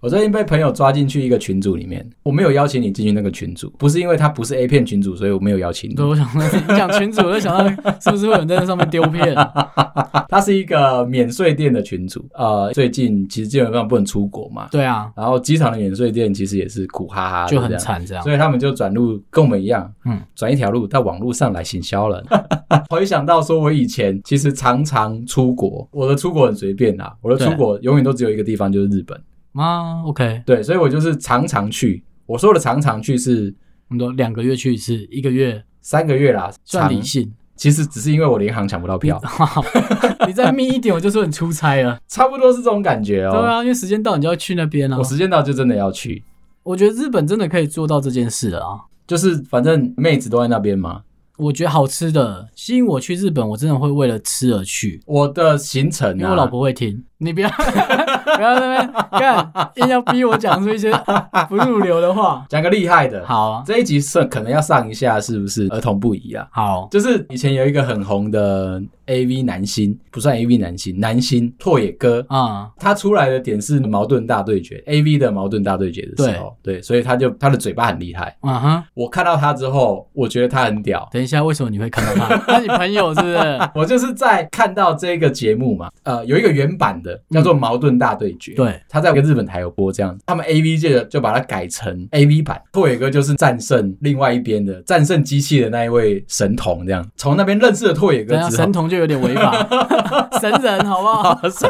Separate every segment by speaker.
Speaker 1: 我最近被朋友抓进去一个群组里面，我没有邀请你进去那个群组，不是因为他不是 A 片群组，所以我没有邀请你
Speaker 2: 对，。我想 到你讲群主，我就想到是不是会有人在那上面丢片？
Speaker 1: 它是一个免税店的群组，呃，最近其实基本上不能出国嘛，
Speaker 2: 对啊，
Speaker 1: 然后机场的免税店其实也是苦哈啊哈的这
Speaker 2: 就
Speaker 1: 样，
Speaker 2: 很惨这样。
Speaker 1: 所以他们就转入跟我们一样，
Speaker 2: 嗯
Speaker 1: 嗯，转一条路到网络上来行销了。 回想到说，我以前其实常常出国，我的出国很随便啦，我的出国永远都只有一个地方，就是日本。
Speaker 2: 啊，OK，
Speaker 1: 对，所以我就是常常去。我说的常常去是
Speaker 2: 我们都两个月去一次，一个月
Speaker 1: 三个月啦，
Speaker 2: 算
Speaker 1: 常
Speaker 2: 理性。
Speaker 1: 其实只是因为我联航抢不到 票，
Speaker 2: 你再密一点，我就说你出差了。
Speaker 1: 差不多是这种感觉哦、
Speaker 2: 对啊，因为时间到，你就要去那边啊
Speaker 1: 我。时间到就真的要去，
Speaker 2: 我觉得日本真的可以做到这件事了啊。
Speaker 1: 就是反正妹子都在那边嘛。
Speaker 2: 我觉得好吃的吸引我去日本，我真的会为了吃而去，
Speaker 1: 我的行程、啊，
Speaker 2: 因为我老婆会听。你不要 不要在那边干，硬要逼我讲出一些不入流的话。
Speaker 1: 讲个厉害的，
Speaker 2: 好啊，
Speaker 1: 这一集是可能要上一下，是不是儿童不宜啊？
Speaker 2: 好，
Speaker 1: 就是以前有一个很红的 A V 男星，不算 A V 男星，男星拓野哥，
Speaker 2: 啊、
Speaker 1: 他出来的点是矛盾大对决 A V 的矛盾大对决的时候，对，所以他就他的嘴巴很厉害。
Speaker 2: 嗯哼，
Speaker 1: 我看到他之后，我觉得他很屌。
Speaker 2: 等一下，为什么你会看到他？ 他是你朋友是不是？
Speaker 1: 我就是在看到这个节目嘛，呃，有一个原版的叫做《矛盾大对决》，
Speaker 2: 嗯对，
Speaker 1: 他在一个日本台有播这样，他们 A V 界的就把它改成 A V 版。拓野哥就是战胜另外一边的战胜机器的那一位神童，这样从那边认识了拓野哥
Speaker 2: 等一下
Speaker 1: 之后
Speaker 2: 啊神，童就有点违 法，神人好不好？
Speaker 1: 神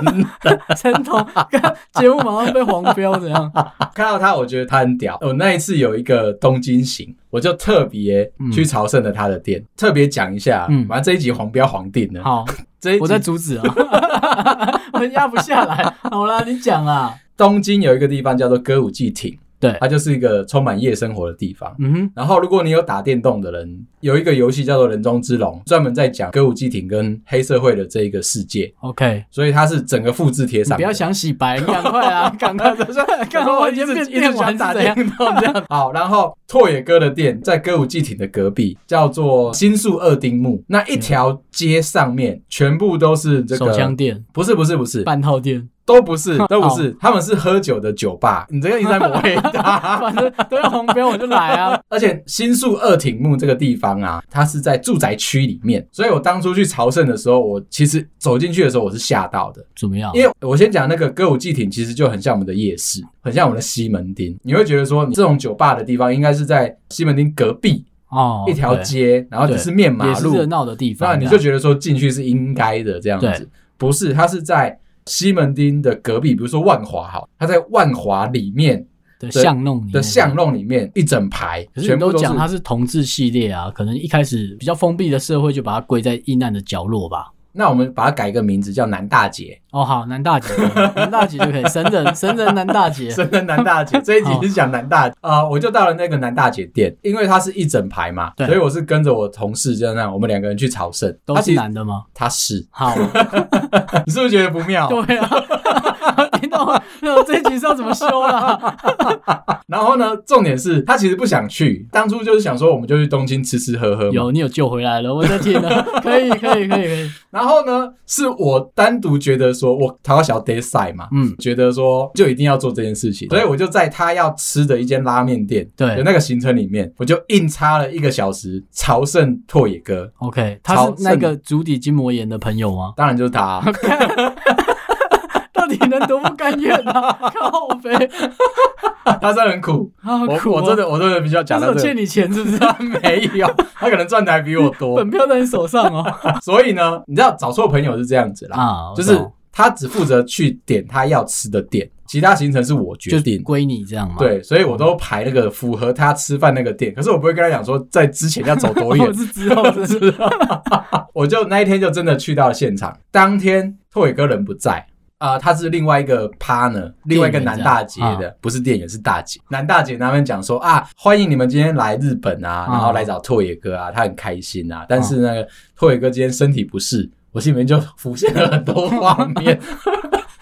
Speaker 2: 神童，干节目马上被黄标怎样？
Speaker 1: 看到他，我觉得他很屌。我那一次有一个东京行，我就特别去朝圣了他的店，特别讲一下。
Speaker 2: 嗯
Speaker 1: 反正这一集黄标黄定了，
Speaker 2: 好，
Speaker 1: 这一集
Speaker 2: 我在阻止啊， 我压不下来。好啦，你讲啊。
Speaker 1: 东京有一个地方叫做歌舞伎町，
Speaker 2: 对
Speaker 1: 它就是一个充满夜生活的地方。
Speaker 2: 嗯哼，
Speaker 1: 然后，如果你有打电动的人，有一个游戏叫做《人中之龙》，专门在讲歌舞伎町跟黑社会的这一个世界，
Speaker 2: ，OK，
Speaker 1: 所以它是整个复制贴
Speaker 2: 你
Speaker 1: 上的。
Speaker 2: 不要想洗白，你赶快 啊，赶快，赶快，我
Speaker 1: 我
Speaker 2: 已
Speaker 1: 一
Speaker 2: 经
Speaker 1: 直
Speaker 2: 变
Speaker 1: 一直
Speaker 2: 电玩
Speaker 1: 想
Speaker 2: 是
Speaker 1: 打
Speaker 2: 怎
Speaker 1: 电
Speaker 2: 样？
Speaker 1: 动这样。好，然后拓野哥的店在歌舞伎町的隔壁，叫做新宿二丁目。那一条街上面全部都是这
Speaker 2: 手枪
Speaker 1: 个，
Speaker 2: 店、
Speaker 1: 不是不是不是，
Speaker 2: 半套店，
Speaker 1: 都不是都不是，他们是喝酒的酒吧。你这个一直在抹黑他。
Speaker 2: 反正都要黄标，我就来啊。
Speaker 1: 而且新宿二丁目这个地方啊，它是在住宅区里面，所以我当初去朝圣的时候，我其实走进去的时候我是吓到的，
Speaker 2: 怎么样？
Speaker 1: 因为我先讲那个歌舞伎町，其实就很像我们的夜市，很像我们的西门町。你会觉得说，你这种酒吧的地方应该是在西门町隔壁
Speaker 2: 哦，
Speaker 1: 一条
Speaker 2: 对
Speaker 1: 街，然后只是面
Speaker 2: 也
Speaker 1: 马
Speaker 2: 是
Speaker 1: 路
Speaker 2: 热，闹的地
Speaker 1: 那
Speaker 2: 方，啊
Speaker 1: 你
Speaker 2: 这
Speaker 1: 就
Speaker 2: 样
Speaker 1: 觉得说进去是应该的这样
Speaker 2: 对
Speaker 1: 子。不是，它是在西门町的隔壁，比如说万华好，它在万华里面
Speaker 2: 的
Speaker 1: 的
Speaker 2: 巷弄里
Speaker 1: 的
Speaker 2: 面
Speaker 1: 巷弄里面一整排，
Speaker 2: 可是
Speaker 1: 全
Speaker 2: 你
Speaker 1: 部
Speaker 2: 都
Speaker 1: 都是
Speaker 2: 讲它是同志系列啊，可能一开始比较封闭的社会就把它归在阴暗的角落吧。
Speaker 1: 那我们把它改一个名字叫南大姐，
Speaker 2: 哦，好，南大姐，南大姐就可以，神 人，神人南大姐，
Speaker 1: 真的南大 姐。这一集
Speaker 2: 好
Speaker 1: 是讲南大啊、我就到了那个南大姐店，因为它是一整排嘛，
Speaker 2: 对
Speaker 1: 所以我是跟着我同事这样，我们两个人去朝圣。
Speaker 2: 都
Speaker 1: 他
Speaker 2: 是
Speaker 1: 其实
Speaker 2: 男的吗？
Speaker 1: 他是，
Speaker 2: 好，
Speaker 1: 你是不是觉得不妙？
Speaker 2: 对啊， 听到吗？那我这一集是要怎么啊修啦？
Speaker 1: 然后呢，重点是他其实不想去，当初就是想说我们就去东京吃吃喝喝嘛。
Speaker 2: 有，你有救回来了，我在听呢，可以，可以，可以，可 以，
Speaker 1: 然后呢，是我单独觉得说我他要小 day 赛嘛，
Speaker 2: 嗯，
Speaker 1: 觉得说就一定要做这件事情，所以我就在他要吃的一间拉面店
Speaker 2: 对
Speaker 1: 的那个行程里面，我就硬插了一个小时朝圣拓野哥，
Speaker 2: ，OK，他是那个足底筋膜炎的朋友吗？
Speaker 1: 当然就是他啊、
Speaker 2: 到底能多不甘愿 啊？靠北，
Speaker 1: 他真的很苦，
Speaker 2: 好
Speaker 1: 我
Speaker 2: 苦、啊，
Speaker 1: 我真的我真的比较
Speaker 2: 他
Speaker 1: 讲
Speaker 2: 是
Speaker 1: 到
Speaker 2: 有
Speaker 1: 这
Speaker 2: 欠
Speaker 1: 个。
Speaker 2: 你钱是不是？
Speaker 1: 他没有，他可能赚的还比我多
Speaker 2: 本，票在你手上 哦。
Speaker 1: 所以呢，你知道找错朋友是这样子啦，
Speaker 2: 啊
Speaker 1: 就是他只负责去点他要吃的店，其他行程是我决
Speaker 2: 就
Speaker 1: 定。
Speaker 2: 归你这样嘛。
Speaker 1: 对，所以我都排那个符合他吃饭那个店，可是我不会跟他讲说在之前要走多 远
Speaker 2: 我，是之后是不是
Speaker 1: 我就那一天就真的去到了现场。当天拓伟哥人不在啊、他是另外一个 partner，另外一个南大姐
Speaker 2: 店员这
Speaker 1: 的，不是店员是大姐。南大姐那边讲说啊，欢迎你们今天来日本啊，
Speaker 2: 嗯
Speaker 1: 然后来找拓野哥啊，他很开心啊。但是那 个拓野哥今天身体不适，我心里面就浮现了很多画面。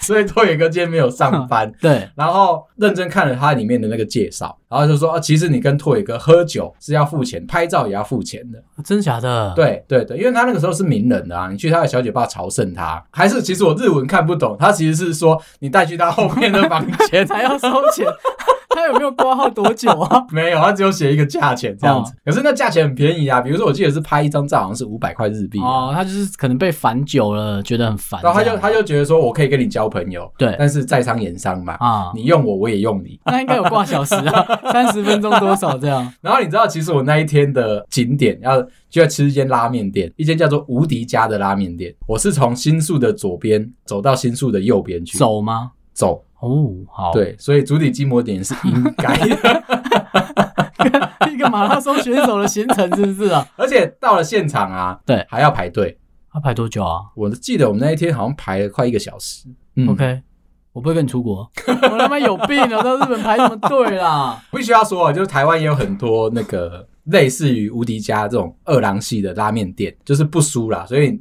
Speaker 1: 所以拓野哥今天没有上班。
Speaker 2: 对，
Speaker 1: 然后认真看了他里面的那个介绍，然后就说，啊、其实你跟拓野哥喝酒是要付钱，拍照也要付钱的。
Speaker 2: 真假的？，，
Speaker 1: 对对对，因为他那个时候是名人的啊，你去他的小酒吧朝圣他，还是其实我日文看不懂，他其实是说你带去他后面的房间
Speaker 2: 才要收钱。他有没有挂号多久啊？
Speaker 1: 没有，他只有写一个价钱这
Speaker 2: 哦
Speaker 1: 样子。可是那价钱很便宜啊，比如说我记得是拍一张照好像是五百块日币、啊，
Speaker 2: 哦，他就是可能被烦久了，觉得很烦。
Speaker 1: 然后他
Speaker 2: 这
Speaker 1: 就
Speaker 2: 样
Speaker 1: 他就觉得说我可以跟你交朋友，
Speaker 2: 对
Speaker 1: 但是在商言商嘛，
Speaker 2: 啊，
Speaker 1: 你用我我也用你。
Speaker 2: 那应该有挂小时啊，三十分钟多少这样？
Speaker 1: 然后你知道，其实我那一天的景点要就要吃一间拉面店，一间叫做无敌家的拉面店。我是从新宿的左边走到新宿的右边去
Speaker 2: 走吗？
Speaker 1: 走，
Speaker 2: 哦，好，，
Speaker 1: 对，所以足底筋膜点是应该的。
Speaker 2: 一个马拉松选手的行程是不是啊？
Speaker 1: 而且到了现场啊，
Speaker 2: 对
Speaker 1: 还要排队。
Speaker 2: 他排多久啊
Speaker 1: 我记得我们那一天好像排了快一个小时。嗯
Speaker 2: ？OK，我不会跟你出国， 我他妈有病啊！到日本排什么队啦？
Speaker 1: 必须要说啊，就是台湾也有很多那个类似于无敌家这种二郎系的拉面店，就是不输啦，所以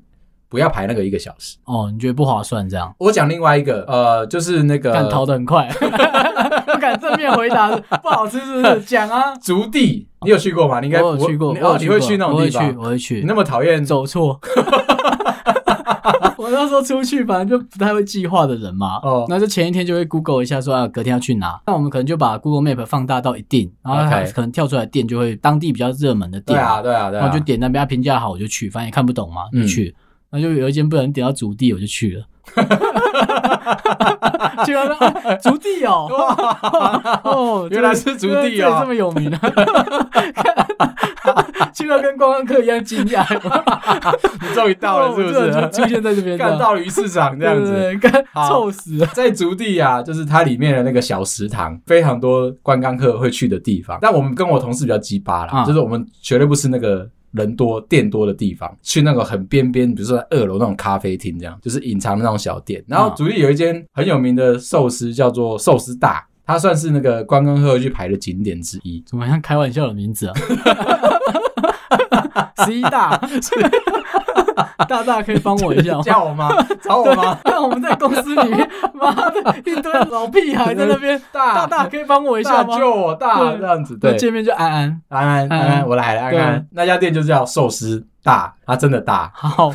Speaker 1: 不要排那个一个小时。
Speaker 2: 哦，你觉得不划算这样？
Speaker 1: 我讲另外一个，呃，就是那
Speaker 2: 敢逃
Speaker 1: 个
Speaker 2: 得 很快，不敢正面回答，不好吃是 不是？讲啊，
Speaker 1: 竹地，你有去过吗？你应该
Speaker 2: 我有
Speaker 1: 不会
Speaker 2: 去过，
Speaker 1: 你
Speaker 2: 我有
Speaker 1: 哦，你会
Speaker 2: 过
Speaker 1: 去那
Speaker 2: 我
Speaker 1: 种
Speaker 2: 会
Speaker 1: 地
Speaker 2: 去，
Speaker 1: 方？
Speaker 2: 我会
Speaker 1: 你
Speaker 2: 去。
Speaker 1: 那么讨厌
Speaker 2: 走错。我那时候出去，反正就不太会计划的人嘛，
Speaker 1: 哦
Speaker 2: 哦，那就前一天就会 Google 一下说啊，隔天要去哪。那我们可能就把 Google Map 放大到一定，然后它
Speaker 1: OK
Speaker 2: 可能跳出来的店就会当地比较热门的
Speaker 1: 对
Speaker 2: 店，
Speaker 1: 啊，对啊，对
Speaker 2: 然
Speaker 1: 啊
Speaker 2: 后就，点那边它评价好我就去，反正也看不懂嘛，就
Speaker 1: 嗯
Speaker 2: 去。那就有一间不能点到竹地，我就 去了。 去了那啊竹地 哦，哦，
Speaker 1: 原来是竹地
Speaker 2: 原
Speaker 1: 哦
Speaker 2: 来这里这么有名啊！ 去到跟观光客一样惊讶，
Speaker 1: 你终于 到了，是不
Speaker 2: 哦就出
Speaker 1: 是？
Speaker 2: 现在这 边，
Speaker 1: 干到了鱼市场这样子。
Speaker 2: 对，对对干
Speaker 1: 好
Speaker 2: 臭死了。
Speaker 1: 在竹地啊，就是它里面的那个小食堂，非常多观光客会去的地方。但我们跟我同事比较鸡巴啦，
Speaker 2: 啊
Speaker 1: 就是我们绝对不是那个人多店多的地方，去那个很边边，比如说在二楼那种咖啡厅这样，就是隐藏的那种小店。然后
Speaker 2: 啊
Speaker 1: 竹地有一间很有名的寿司，叫做寿司大。它算是那个观光客会去排的景点之一，
Speaker 2: 怎么像开玩笑的名字啊？ 十一大，大大可以帮我一下吗？
Speaker 1: 叫我 吗？找我吗？
Speaker 2: 那我们在公司里面，妈的，一堆老屁孩在那边，
Speaker 1: 大
Speaker 2: 大大可以帮我一下
Speaker 1: 大
Speaker 2: 吗？
Speaker 1: 救我大
Speaker 2: 对
Speaker 1: 这样子，
Speaker 2: 对，
Speaker 1: 对，
Speaker 2: 见面就安安，
Speaker 1: 安安安
Speaker 2: 安
Speaker 1: 安，
Speaker 2: 安
Speaker 1: 我来了，安
Speaker 2: 对
Speaker 1: 安那家店就叫寿司大，它真的大，
Speaker 2: 好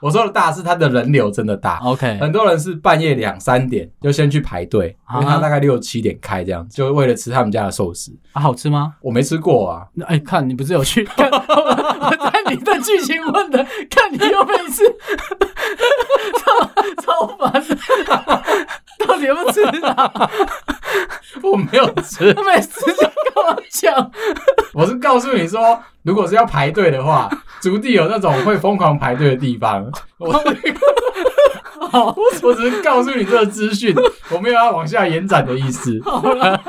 Speaker 1: 我说的大是它的人流真的大，
Speaker 2: ，OK，
Speaker 1: 很多人是半夜两三点就先去排队，因
Speaker 2: 啊
Speaker 1: 为它大概六七点开这样，就为了吃他们家的寿司。
Speaker 2: 啊好吃吗？
Speaker 1: 我没吃过啊，
Speaker 2: 那哎，看你不是有去看， 我在你的剧情问的，看你又被一次，超超烦的，到底有没有吃啊？
Speaker 1: 我没有吃，
Speaker 2: 每次就跟我讲，
Speaker 1: 我是告诉你说，如果是要排队的话，竹地有那种会疯狂排队的地方。我
Speaker 2: 好
Speaker 1: 我只是告诉你这个资讯，我没有要往下延展的意思。
Speaker 2: 好了，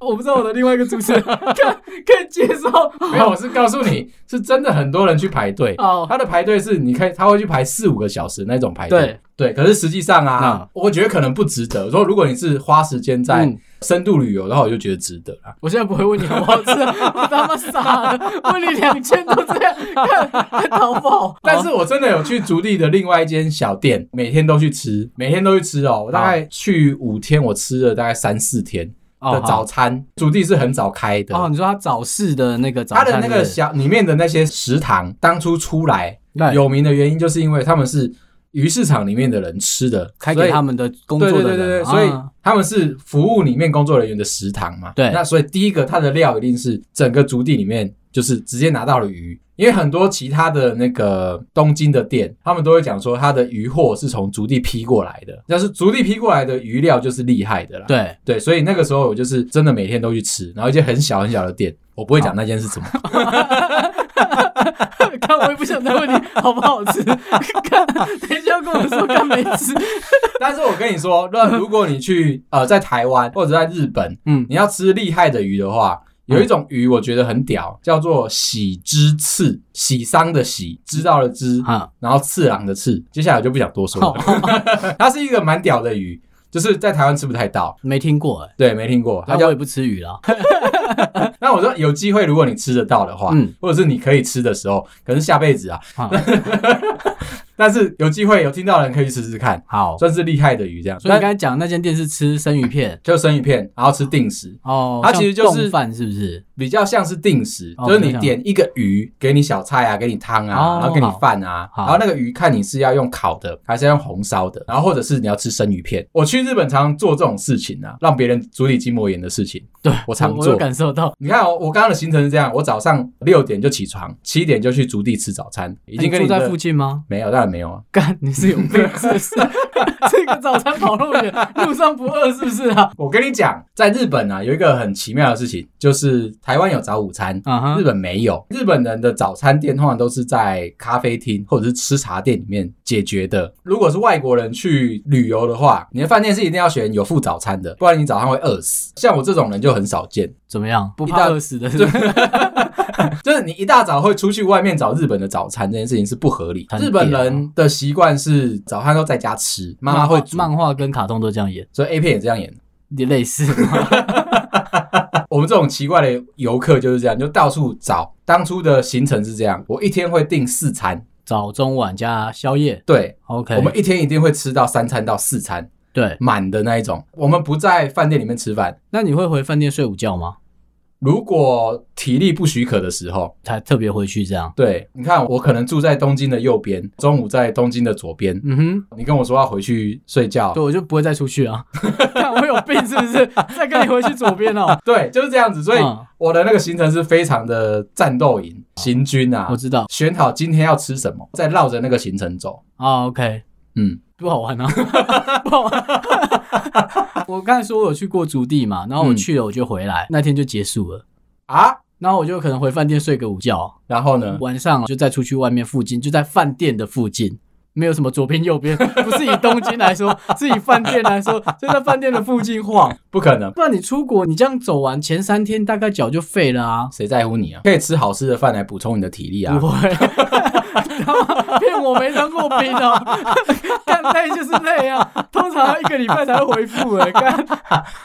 Speaker 2: 我不知道我的另外一个主持人看可以介绍，
Speaker 1: 没有，我是告诉你，是真的很多人去排队。
Speaker 2: 好
Speaker 1: 他的排队是，你可以他会去排四五个小时那种排队。对，可是实际上啊
Speaker 2: 嗯，
Speaker 1: 我觉得可能不值得。说如果你是花时间在
Speaker 2: 嗯哦
Speaker 1: 深度旅游的话，我就觉得值得啦。
Speaker 2: 我现在不会问你好不好吃，我他妈傻了，问你两千都这样，看还逃不好。
Speaker 1: 但是我真的有去竹地的另外一间小店，每天都去吃，每天都去吃哦。我大概去五天，我吃了大概三四天的早餐。竹地是很早开的，
Speaker 2: 哦，你说他早市的那个早
Speaker 1: 它
Speaker 2: 餐，
Speaker 1: 的那个小里面的那些食堂，当初出来
Speaker 2: 对
Speaker 1: 有名的原因，就是因为他们是鱼市场里面的人吃的，
Speaker 2: 开
Speaker 1: 所
Speaker 2: 给
Speaker 1: 以
Speaker 2: 他们的工作
Speaker 1: 对
Speaker 2: 的
Speaker 1: 对
Speaker 2: 人，
Speaker 1: 对对对，
Speaker 2: 啊
Speaker 1: 所以他们是服务里面工作人员的食堂嘛。
Speaker 2: 对
Speaker 1: 那所以第一个它的料一定是整个竹地里面就是直接拿到了鱼，因为很多其他的那个东京的店，他们都会讲说它的鱼货是从竹地批过来的，但是竹地批过来的鱼料就是厉害的啦。
Speaker 2: 对，
Speaker 1: 对，所以那个时候我就是真的每天都去吃，然后一间很小很小的店，我不会讲那间是什么。
Speaker 2: 看我也不想再问你好不好吃，看等一下跟我说干没 吃，
Speaker 1: 但是我跟你说，那如果你去呃在台湾或者在日本，
Speaker 2: 嗯，
Speaker 1: 你要吃厉害的鱼的话，有一种鱼我觉得很屌，叫做喜之刺，喜丧的喜，知道的知，
Speaker 2: 啊，
Speaker 1: 然后次郎的次。接下来我就不想多说了， 它是一个蛮屌的鱼，就是在台湾吃不太到。
Speaker 2: 没听过哎，
Speaker 1: 对，没听过，它
Speaker 2: 那我
Speaker 1: 叫
Speaker 2: 也不吃鱼 啦，
Speaker 1: 那我说有机会，如果你吃得到的话，
Speaker 2: 嗯
Speaker 1: 或者是你可以吃的时候，可能下辈子啊，
Speaker 2: 啊
Speaker 1: 但是有机会有听到的人可以去试试看，
Speaker 2: 好，
Speaker 1: 算是厉害的鱼这样。
Speaker 2: 所以你
Speaker 1: 但
Speaker 2: 刚才讲那间店是吃生鱼片
Speaker 1: 就生鱼片，然后吃定时，
Speaker 2: 哦，
Speaker 1: 它其实
Speaker 2: 像
Speaker 1: 就是
Speaker 2: 冻饭是不是？
Speaker 1: 比较像是定时，
Speaker 2: 哦
Speaker 1: 就是你点一个鱼，给你小菜啊，给你汤啊，
Speaker 2: 哦
Speaker 1: 然后给你饭啊，
Speaker 2: 好
Speaker 1: 然后那个鱼看你是要用烤的，还是要用红烧的，然后或者是你要吃生鱼片。我去日本常常做这种事情啊，让别人足底筋膜炎的事情。
Speaker 2: 对
Speaker 1: 我常
Speaker 2: 我
Speaker 1: 做
Speaker 2: 有感受到，
Speaker 1: 你看哦，我刚刚的行程是这样：我早上六点就起床，七点就去竹地吃早餐，已
Speaker 2: 已
Speaker 1: 经跟
Speaker 2: 哎住
Speaker 1: 你
Speaker 2: 在
Speaker 1: 的
Speaker 2: 附近吗？
Speaker 1: 没有，当然没有啊。
Speaker 2: 干，你是有病是不是？ 这个早餐跑那么远，路上不饿是不是啊？
Speaker 1: 我跟你讲，在日本啊，有一个很奇妙的事情，就是台湾有早午餐，
Speaker 2: 啊哈
Speaker 1: 日，本没有。日本人的早餐店通常都是在咖啡厅或者是吃茶店里面解决的。如果是外国人去旅游的话，你的饭店是一定要选有附早餐的，不然你早上会饿死。像我这种人就很少见，
Speaker 2: 怎么样？不
Speaker 1: 一大
Speaker 2: 怕饿死的是不 是？
Speaker 1: 就是你一大早会出去外面找日本的早餐，这件事情是不合理。
Speaker 2: 很
Speaker 1: 日本人的习惯是早餐都在家吃，妈哦妈
Speaker 2: 漫
Speaker 1: 会
Speaker 2: 画
Speaker 1: 煮，
Speaker 2: 漫画跟卡通都这样演，
Speaker 1: 所以 A 片也这样演。
Speaker 2: 也类似。
Speaker 1: 我们这种奇怪的游客就是这样，就到处找。当初的行程是这样，我一天会订四餐，
Speaker 2: 早中晚加宵夜
Speaker 1: 对
Speaker 2: ，OK，
Speaker 1: 我们一天一定会吃到三餐到四餐
Speaker 2: 对。
Speaker 1: 满的那一种。我们不在饭店里面吃饭，
Speaker 2: 那你会回饭店睡午觉吗？
Speaker 1: 如果体力不许可的时候，
Speaker 2: 才特别回去这样？
Speaker 1: 对，你看我可能住在东京的右边，中午在东京的左边。
Speaker 2: 嗯哼，
Speaker 1: 你跟我说要回去睡觉，
Speaker 2: 对，我就不会再出去啊。 看我有病是不是？ 再跟你回去左边哦。
Speaker 1: 对，就是这样子。所以
Speaker 2: 嗯
Speaker 1: 我的那个行程是非常的战斗营行军啊
Speaker 2: 我，知道
Speaker 1: 选好今天要吃什么，再绕着那个行程走。
Speaker 2: 啊，OK，
Speaker 1: 嗯，
Speaker 2: 不好玩啊， 不好玩。 我刚才说我有去过竹地嘛，然后我
Speaker 1: 嗯
Speaker 2: 去了我就回来，那天就结束了。
Speaker 1: 啊，
Speaker 2: 然后我就可能回饭店睡个午觉，
Speaker 1: 然后呢？
Speaker 2: 晚上就再出去外面附近，就在饭店的附近，没有什么左边右边，不是以东京来说，是以饭店来说，就在饭店的附近晃。
Speaker 1: 不可能，
Speaker 2: 不然你出国，你这样走完前三天，大概脚就废 了啊。
Speaker 1: 谁在乎你啊？可以吃好吃的饭来补充你的体力啊
Speaker 2: 不。会，他妈骗我没当过兵哦、 干累就是累啊，通常要一个礼拜才会回复哎、干，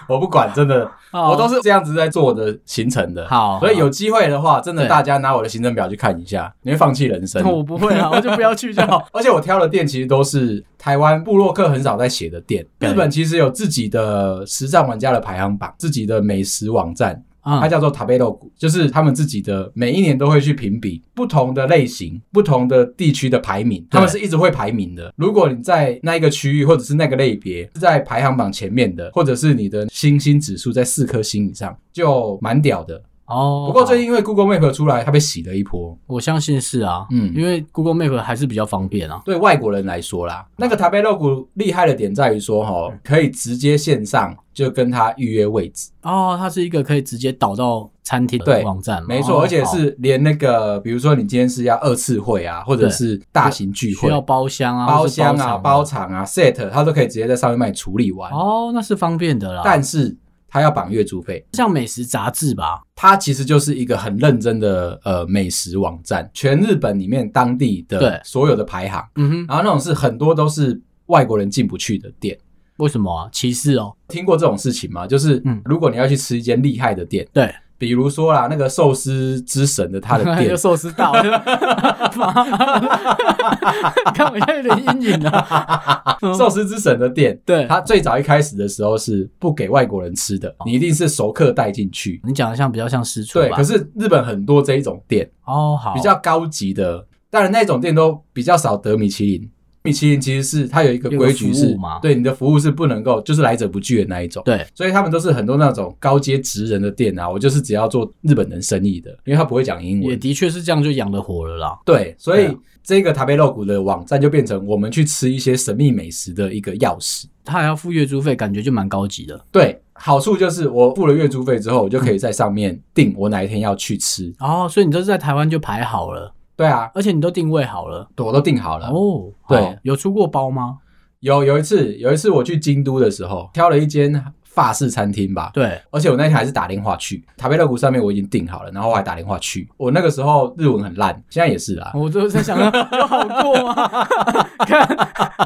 Speaker 1: 我不管，真的，
Speaker 2: 好
Speaker 1: 我都是这样子在做我的行程的。
Speaker 2: 哦好
Speaker 1: 所以有机会的话，真的
Speaker 2: 对
Speaker 1: 大家拿我的行程表去看一下，你会放弃人生。
Speaker 2: 我不会啊，我就不要去就 好。
Speaker 1: 而且我挑的店其实都是台湾布洛克很少在写的店。
Speaker 2: 对
Speaker 1: 日本其实有自己的时尚玩家的排行榜，自己的美食网站，
Speaker 2: 啊、
Speaker 1: 它叫做 Tabelo 谷，就是他们自己的每一年都会去评比不同的类型、不同的地区的排名，他们是一直会排名的。如果你在那一个区域或者是那个类别是在排行榜前面的，或者是你的星星指数在四颗星以上，就蛮屌的。
Speaker 2: 哦，
Speaker 1: 不过最近因为 Google Map 出来，它被洗了一波。
Speaker 2: 我相信是啊，
Speaker 1: 嗯
Speaker 2: 嗯，因为 Google Map 还是比较方便啊。
Speaker 1: 对外国人来说啦，那个 Tabelo 谷厉害的点在于说，哈，可以直接线上就跟他预约位置。
Speaker 2: 哦，它是一个可以直接导到餐厅
Speaker 1: 对
Speaker 2: 的网站嘛，
Speaker 1: 没错，
Speaker 2: 哦
Speaker 1: 而且是连那个，比如说你今天是要二次会啊，或者
Speaker 2: 对
Speaker 1: 是大型聚
Speaker 2: 需
Speaker 1: 会，
Speaker 2: 要包厢啊，
Speaker 1: 包
Speaker 2: 或是
Speaker 1: 厢啊、
Speaker 2: 场
Speaker 1: 包场啊、set，它都可以直接在上面帮你处理完。
Speaker 2: 哦，那是方便的啦。
Speaker 1: 但是它要绑月租费，
Speaker 2: 像美食杂志吧，
Speaker 1: 它其实就是一个很认真的呃美食网站，全日本里面当地的
Speaker 2: 对
Speaker 1: 所有的排行，
Speaker 2: 嗯哼，
Speaker 1: 然后那种是很多都是外国人进不去的店。
Speaker 2: 为什么啊？歧视哦，
Speaker 1: 听过这种事情吗？就是
Speaker 2: 嗯
Speaker 1: 如果你要去吃一间厉害的店，
Speaker 2: 对，
Speaker 1: 比如说啦，那个寿司之神的 他的店
Speaker 2: 就，寿司大，我就你看我现在有点阴影了。
Speaker 1: 寿司之神的店，
Speaker 2: 对，
Speaker 1: 它最早一开始的时候是不给外国人吃的，你一定是熟客带进去。
Speaker 2: 你讲的像比较像私厨
Speaker 1: 对，
Speaker 2: 哦吧
Speaker 1: 可？是日本很多这一种店，
Speaker 2: 哦，好，
Speaker 1: 比较高级的，当然那种店都比较少得米其林。米其林其实是它有一个规矩
Speaker 2: 有个
Speaker 1: 是
Speaker 2: 服务嘛，
Speaker 1: 对你的服务是不能够就是来者不拒的那一种。
Speaker 2: 对，
Speaker 1: 所以他们都是很多那种高阶职人的店啊，我就是只要做日本人生意的，因为他不会讲英
Speaker 2: 也
Speaker 1: 文。
Speaker 2: 的确是这样就养得活了啦。
Speaker 1: 对，所
Speaker 2: 对
Speaker 1: 以
Speaker 2: 啊
Speaker 1: 这个塔贝肉骨的网站就变成我们去吃一些神秘美食的一个钥匙。
Speaker 2: 他还要付月租费，感觉就蛮高级的
Speaker 1: 对，好处就是我付了月租费之后，我就可以在上面定我哪一天要去吃。
Speaker 2: 哦。所以你都是在台湾就排好了，
Speaker 1: 对啊，
Speaker 2: 而且你都定位好了
Speaker 1: 我都定好了。
Speaker 2: 哦。好
Speaker 1: 对，
Speaker 2: 有出过包吗？
Speaker 1: 有有一次，有一次我去京都的时候，挑了一间法式餐厅吧，
Speaker 2: 对，
Speaker 1: 而且我那天还是打电话去，塔贝勒谷上面我已经订好了，然后我还打电话去。我那个时候日文很烂，现在也是啦。
Speaker 2: 我就在想说，有好过吗？ 看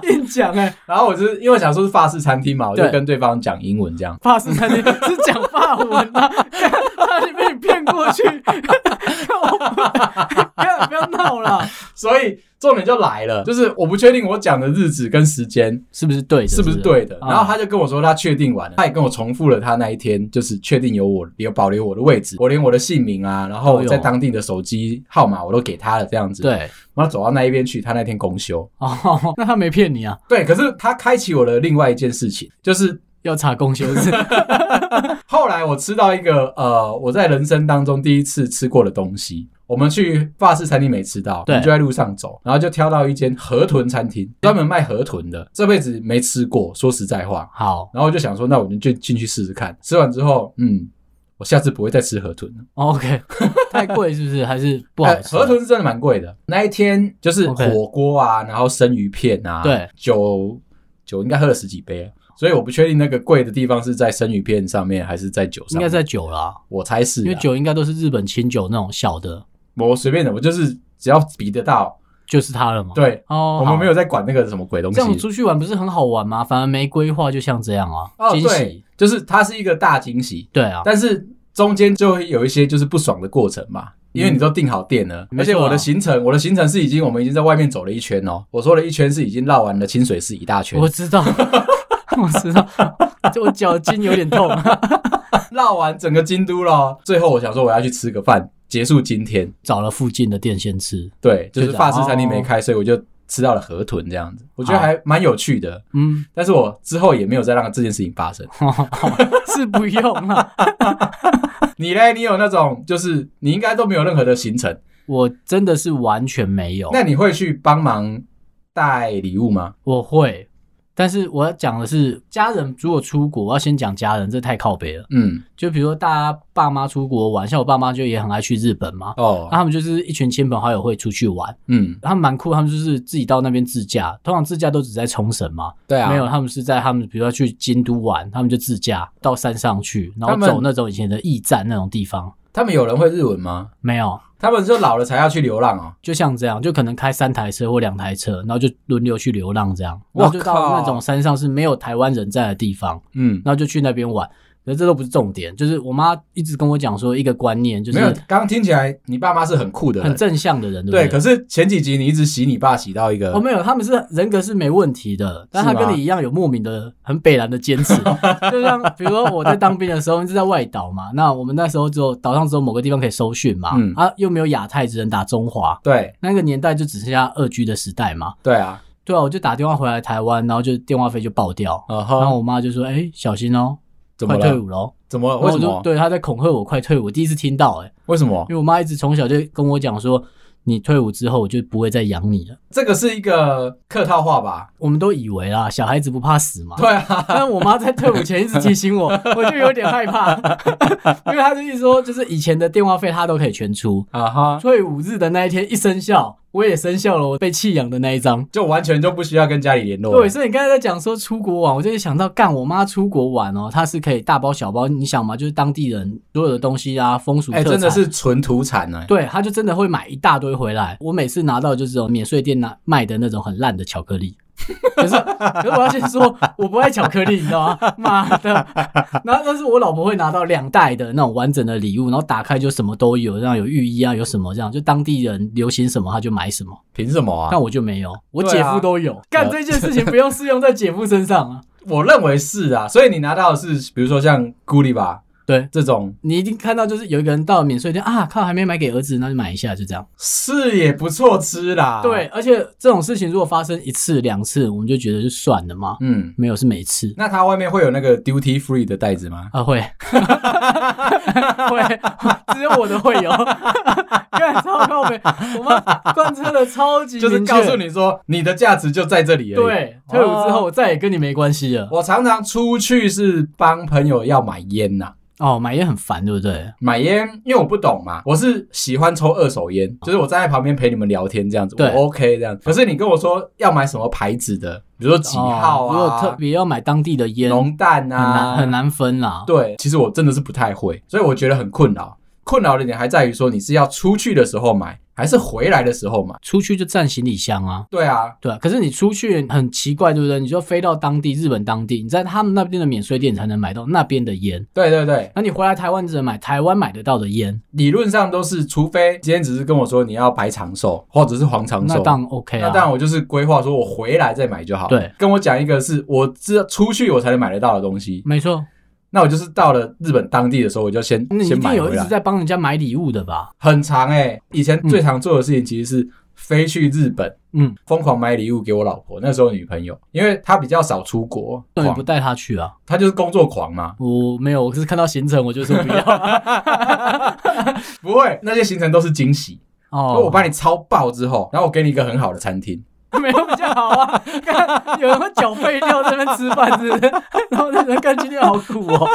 Speaker 2: 硬讲哎、
Speaker 1: 然后我就是因为想说是法式餐厅嘛，我就
Speaker 2: 对
Speaker 1: 跟对方讲英文这样。
Speaker 2: 法式餐 厅是讲法文吗？看他你被你骗过去，看我干不要闹了，
Speaker 1: 所以重点就来了，就是我不确定我讲的日子跟时间
Speaker 2: 是不是对的？
Speaker 1: 是不是对的。
Speaker 2: 啊
Speaker 1: 然后他就跟我说他确定完了，他也跟我重复了他那一天就是确定有我有保留我的位置，我连我的姓名啊，然后
Speaker 2: 都有
Speaker 1: 在当地的手机号码我都给他了这样子。，
Speaker 2: 哦对
Speaker 1: 然后走到那一边去，他那天公休。
Speaker 2: 哦，那他没骗你啊，
Speaker 1: 对，可是他开启我的另外一件事情，就是
Speaker 2: 要查公休日
Speaker 1: 后来我吃到一个呃，我在人生当中第一次吃过的东西。我们去法式餐厅没吃到，我
Speaker 2: 对
Speaker 1: 们就在路上走，然后就挑到一间河豚餐厅，专门卖河豚的，这辈子没吃过，说实在话。
Speaker 2: 好
Speaker 1: 然后我就想说，那我们就进去试试看。吃完之后，嗯，我下次不会再吃河豚了。
Speaker 2: 哦，OK，太贵是不是？还是不好啊
Speaker 1: 呃
Speaker 2: 吃？
Speaker 1: 河豚是真的蛮贵的。那一天就是
Speaker 2: OK
Speaker 1: 火锅啊，然后生鱼片啊，
Speaker 2: 对，
Speaker 1: 酒酒应该喝了十几杯了，所以我不确定那个贵的地方是在生鱼片上面还是在酒
Speaker 2: 应
Speaker 1: 上面。
Speaker 2: 该在酒啦，
Speaker 1: 我猜是啊、
Speaker 2: 因为酒应该都是日本清酒那种小的，
Speaker 1: 我随便的，我就是只要比得到，
Speaker 2: 就是它了嘛。
Speaker 1: 对、
Speaker 2: 哦，
Speaker 1: 我们没
Speaker 2: 有
Speaker 1: 有在管那个什么鬼东
Speaker 2: 这样
Speaker 1: 西。
Speaker 2: 出去玩不是很好玩吗？反而没规划，就像这样啊，
Speaker 1: 哦，
Speaker 2: 惊
Speaker 1: 对
Speaker 2: 喜。，
Speaker 1: 就是它是一个大惊喜，
Speaker 2: 对啊，
Speaker 1: 但是中间就会有一些就是不爽的过程嘛。因为你都订好店了，
Speaker 2: 嗯没错啊
Speaker 1: 而且我的行程，我的行程是已经我们已经在外面走了一圈哦。我说了一圈是已经绕完了清水寺一大圈，
Speaker 2: 我知道， 我知道，就我脚筋有点痛。
Speaker 1: 绕完整个京都咯。最后我想说我要去吃个饭，结束今天。
Speaker 2: 找了附近的店先吃，
Speaker 1: 对，就是
Speaker 2: 是的
Speaker 1: 法式餐厅
Speaker 2: 哦
Speaker 1: 没开，所以我就吃到了河豚这样子，我觉得
Speaker 2: 好
Speaker 1: 还蛮有趣的。
Speaker 2: 嗯，
Speaker 1: 但是我之后也没有再让这件事情 发生。
Speaker 2: 是不用啊了。
Speaker 1: 你嘞？你有那种就是你应该都没有任何的行程，
Speaker 2: 我真的是完全没有，
Speaker 1: 那你会去帮忙带礼物吗？
Speaker 2: 我会，但是我要讲的是，家人如果出国，我要先讲家人，这太靠北了。
Speaker 1: 嗯，
Speaker 2: 就比如说大家爸妈出国玩，像我爸妈就也很爱去日本嘛，
Speaker 1: 哦
Speaker 2: 那，他们就是一群亲朋好友会出去玩，
Speaker 1: 嗯，
Speaker 2: 他们蛮酷，他们就是自己到那边自驾，通常自驾都只在冲绳嘛，
Speaker 1: 对啊，
Speaker 2: 没有，，他们是在他们比如说去京都玩，他们就自驾到山上去，
Speaker 1: 他
Speaker 2: 然后
Speaker 1: 们
Speaker 2: 走那种以前的驿站那种地方，
Speaker 1: 他们有人会日文吗？
Speaker 2: 没有，
Speaker 1: 他们就老了才要去流浪哦。
Speaker 2: 就像这样，就可能开三台车或两台车，然后就轮流去流浪这样，
Speaker 1: 我
Speaker 2: 然后就到
Speaker 1: 靠
Speaker 2: 那种山上是没有台湾人在的地方，
Speaker 1: 嗯，
Speaker 2: 然后就去那边玩。可是这都不是重点，就是我妈一直跟我讲说一个观念，就
Speaker 1: 没有
Speaker 2: 是，
Speaker 1: 刚听起来你爸妈是很酷的人，
Speaker 2: 很正向的人，对
Speaker 1: 对。
Speaker 2: 不
Speaker 1: 可
Speaker 2: 对？
Speaker 1: 是前几集你一直洗你爸洗到一个
Speaker 2: 哦，，没有，他们是人格是没问题的，但他
Speaker 1: 是吗
Speaker 2: 跟你一样有莫名的很北然的坚持， 就像比如说我在当兵的时候，是在外岛嘛，那我们那时候只有岛上只有某个地方可以搜讯嘛，
Speaker 1: 嗯
Speaker 2: 啊又没有亚太，只能打中华，
Speaker 1: 对
Speaker 2: 那个年代就只剩下二 G 的时代嘛，
Speaker 1: 对啊，
Speaker 2: 对啊，我就打电话回来台湾，然后就电话费就爆掉，
Speaker 1: 然
Speaker 2: 然
Speaker 1: 后
Speaker 2: 后我妈就说：“哎、小心哦、
Speaker 1: 怎么
Speaker 2: 快退
Speaker 1: 了？
Speaker 2: 伍喽。”
Speaker 1: 怎么了？
Speaker 2: 然后
Speaker 1: 为
Speaker 2: 我
Speaker 1: 什
Speaker 2: 就
Speaker 1: 么？
Speaker 2: 对她在恐吓我快退伍，第一次听到哎、
Speaker 1: 为什么
Speaker 2: 因？为我妈一直从小就跟我讲说，你退伍之后我就不会再养你了。
Speaker 1: 这个是一个客套话吧？
Speaker 2: 我们都以为啦，小孩子不怕死嘛。
Speaker 1: 对 啊，
Speaker 2: 但我妈在退伍前一直提醒我， 我就有点害怕， 因为她就一直说，就是以前的电话费她都可以全出，
Speaker 1: 啊哈，
Speaker 2: 退伍日的那一天一生效，我也生效了，我被弃养的那一张。
Speaker 1: 就完全就不需要跟家里联络了。
Speaker 2: 对，所以你刚才在讲说出国玩，我就想到干我妈出国玩哦，她是可以大包小包，你想嘛，就是当地人所有的东西啊，风俗特
Speaker 1: 哎，
Speaker 2: 产，
Speaker 1: 真的是纯土产呢。
Speaker 2: 对，她就真的会买一大堆回来。我每次拿到就是这种免税店拿卖的那种很烂的巧克力。 可是，可是我要先说，我不爱巧克力，你知道吗？妈的！然后，但是我老婆会拿到两袋的那种完整的礼物，然后打开就什么都有，这样有浴衣啊，有什么这样，就当地人流行什么她就买什么。
Speaker 1: 凭什么啊
Speaker 2: 但？我就没有，我
Speaker 1: 对
Speaker 2: 姐
Speaker 1: 啊
Speaker 2: 夫都有。干、这件事情不用适用在姐夫身上啊。
Speaker 1: 我认为是啊，所以你拿到的是，比如说像孤立吧
Speaker 2: 对
Speaker 1: 这种，
Speaker 2: 你一定看到，就是有一个人到了免税店啊，靠，还没买给儿子，那就买一下，就这样。
Speaker 1: 是也不错吃啦。
Speaker 2: 对，，而且这种事情如果发生一次两次，我们就觉得就算了嘛。
Speaker 1: 嗯，
Speaker 2: 没有是每次
Speaker 1: 那它外面会有那个 duty free 的袋子吗？
Speaker 2: 啊，会 会， 只有我的会有，干超靠北，我们贯彻的超级
Speaker 1: 就是
Speaker 2: 明确
Speaker 1: 告诉，你说你的价值就在这里而已。，
Speaker 2: 对，退伍之后我再也跟你没关系了。
Speaker 1: 我常常出去是帮朋友要买烟呐、
Speaker 2: 哦，买烟很烦，对不对？
Speaker 1: 买烟，因为我不懂嘛，我是喜欢抽二手烟，就是我站在旁边陪你们聊天这样子，我
Speaker 2: 对
Speaker 1: OK 这样。可是你跟我说要买什么牌子的，比如说几号
Speaker 2: 哦如果特
Speaker 1: 啊、
Speaker 2: 别要买当地的烟，很
Speaker 1: 浓淡
Speaker 2: 难
Speaker 1: 啊，
Speaker 2: 很。难分啦。
Speaker 1: 对，其实我真的是不太会，所以我觉得很困扰。困扰的点还在于说，你是要出去的时候买，还是回来的时候买？
Speaker 2: 出去就占行李箱啊。
Speaker 1: 对啊，
Speaker 2: 对啊，可是你出去很奇怪，对不对？你就飞到当地日本当地，你在他们那边的免税店才能买到那边的烟，
Speaker 1: 对对对，
Speaker 2: 那你回来台湾只能买台湾买得到的烟，
Speaker 1: 理论上都是，除非今天只是跟我说你要白长寿或者是黄长
Speaker 2: 那
Speaker 1: 寿，
Speaker 2: 当然 OK
Speaker 1: 那
Speaker 2: 啊。
Speaker 1: 当然我就是规划说我回来再买就好。
Speaker 2: 对，
Speaker 1: 跟我讲一个是我知出去我才能买得到的东西，
Speaker 2: 没错，
Speaker 1: 那我就是到了日本当地的时候，我就先
Speaker 2: 你一
Speaker 1: 先
Speaker 2: 定
Speaker 1: 买
Speaker 2: 有
Speaker 1: 回
Speaker 2: 一直
Speaker 1: 来。
Speaker 2: 在帮人家买礼物的吧？
Speaker 1: 很长哎、以前最常做的事情其实是飞去日本。
Speaker 2: 嗯，
Speaker 1: 疯狂买礼物给我老婆，那时候女朋友，因为她比较少出国，
Speaker 2: 那你
Speaker 1: 狂
Speaker 2: 不带他去啊？
Speaker 1: 她就是工作狂嘛，
Speaker 2: 我没有，我是看到行程我就说不要。
Speaker 1: 不会，那些行程都是惊喜。
Speaker 2: 哦，
Speaker 1: 我把你超爆之后，然后我给你一个很好的餐厅，
Speaker 2: 没有比较好啊！ 看有人会缴废料在那边吃饭，是不 是？然后那人看今天好苦哦。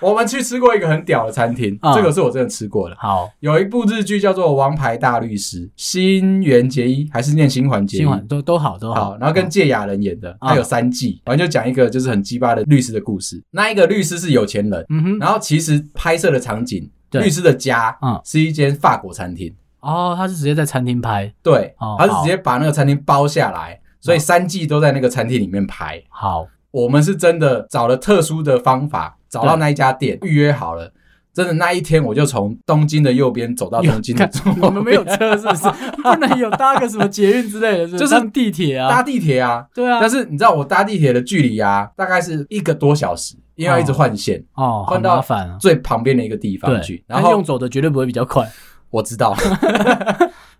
Speaker 1: 我们去吃过一个很屌的餐厅，
Speaker 2: 啊
Speaker 1: 这个是我真的吃过的。
Speaker 2: 好，
Speaker 1: 有一部日剧叫做《王牌大律师》，新垣结衣还是念新垣结衣
Speaker 2: 今？晚都都好都好嗯
Speaker 1: 好，。然后跟芥雅人演的，
Speaker 2: 哦啊
Speaker 1: 他有三季，反正就讲一个就是很鸡巴的律师的故事。那一个律师是有钱人，
Speaker 2: 嗯哼，
Speaker 1: 然后其实拍摄的场景，
Speaker 2: 对
Speaker 1: 律师的家
Speaker 2: 嗯
Speaker 1: 是一间法国餐厅，
Speaker 2: 哦，他是直接在餐厅拍，
Speaker 1: 对
Speaker 2: 哦，
Speaker 1: 他是直接把那个餐厅包下来，所以三季都在那个餐厅里面拍。
Speaker 2: 好，
Speaker 1: 我们是真的找了特殊的方法，找到那一家店，预约好了。真的那一天，我就从东京的右边走到东京的
Speaker 2: 看
Speaker 1: 左
Speaker 2: 我们没有
Speaker 1: 边
Speaker 2: 车是不是？ 不能有搭个什么捷运之类的，
Speaker 1: 就是
Speaker 2: 上地铁
Speaker 1: 搭
Speaker 2: 啊。
Speaker 1: 地铁啊。
Speaker 2: 对啊
Speaker 1: 但，是你知道我搭地铁的距离啊，大概是一个多小时，因为要一直换线，
Speaker 2: 哦，好
Speaker 1: 换到
Speaker 2: 麻烦啊。
Speaker 1: 最旁边的一个地方
Speaker 2: 对
Speaker 1: 去，。然
Speaker 2: 但是
Speaker 1: 后
Speaker 2: 用走的绝对不会比较快。
Speaker 1: 我知道，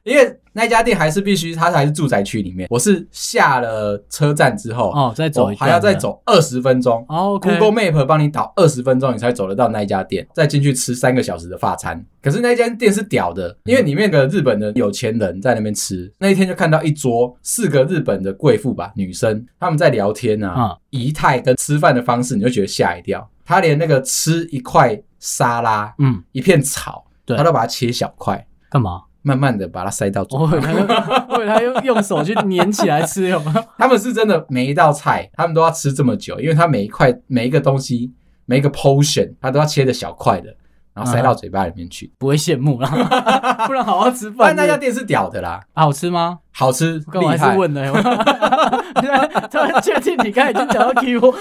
Speaker 1: 因为那家店还是必须，它还是住宅区里面。我是下了车站之后，
Speaker 2: 哦，再走
Speaker 1: 我
Speaker 2: 一
Speaker 1: 还要
Speaker 2: 段
Speaker 1: 再
Speaker 2: 的。
Speaker 1: 走二十分钟。
Speaker 2: 哦 OK，
Speaker 1: Google Map 帮你导二十分钟，你才走得到那一家店，再进去吃三个小时的法餐。可是那间店是屌的，
Speaker 2: 嗯
Speaker 1: 因为里面的日本的有钱人在那边吃。那一天就看到一桌四个日本的贵妇吧，女生，她们在聊天啊，
Speaker 2: 嗯
Speaker 1: 仪态跟吃饭的方式，你就觉得吓一跳。她连那个吃一块沙拉、
Speaker 2: 嗯，
Speaker 1: 一片草，
Speaker 2: 对
Speaker 1: 她都把它切小块，
Speaker 2: 干嘛？
Speaker 1: 慢慢的把它塞到嘴
Speaker 2: 我以为他用， 我以为他用用手去粘起来吃，有没有？
Speaker 1: 他们是真的每一道菜，他们都要吃这么久，因为他每一块每一个东西，每一个 potion，他都要切的小块的，然后塞到嘴巴里面去。
Speaker 2: 不会 羡慕啦，不然好好吃饭
Speaker 1: 但
Speaker 2: 是不
Speaker 1: 那
Speaker 2: 是。
Speaker 1: 家店是屌的啦，
Speaker 2: 啊好吃吗？
Speaker 1: 好吃
Speaker 2: 我干嘛
Speaker 1: 厉
Speaker 2: 还
Speaker 1: 害
Speaker 2: 是。问呢？ 突然确定你刚才已经讲到 Q，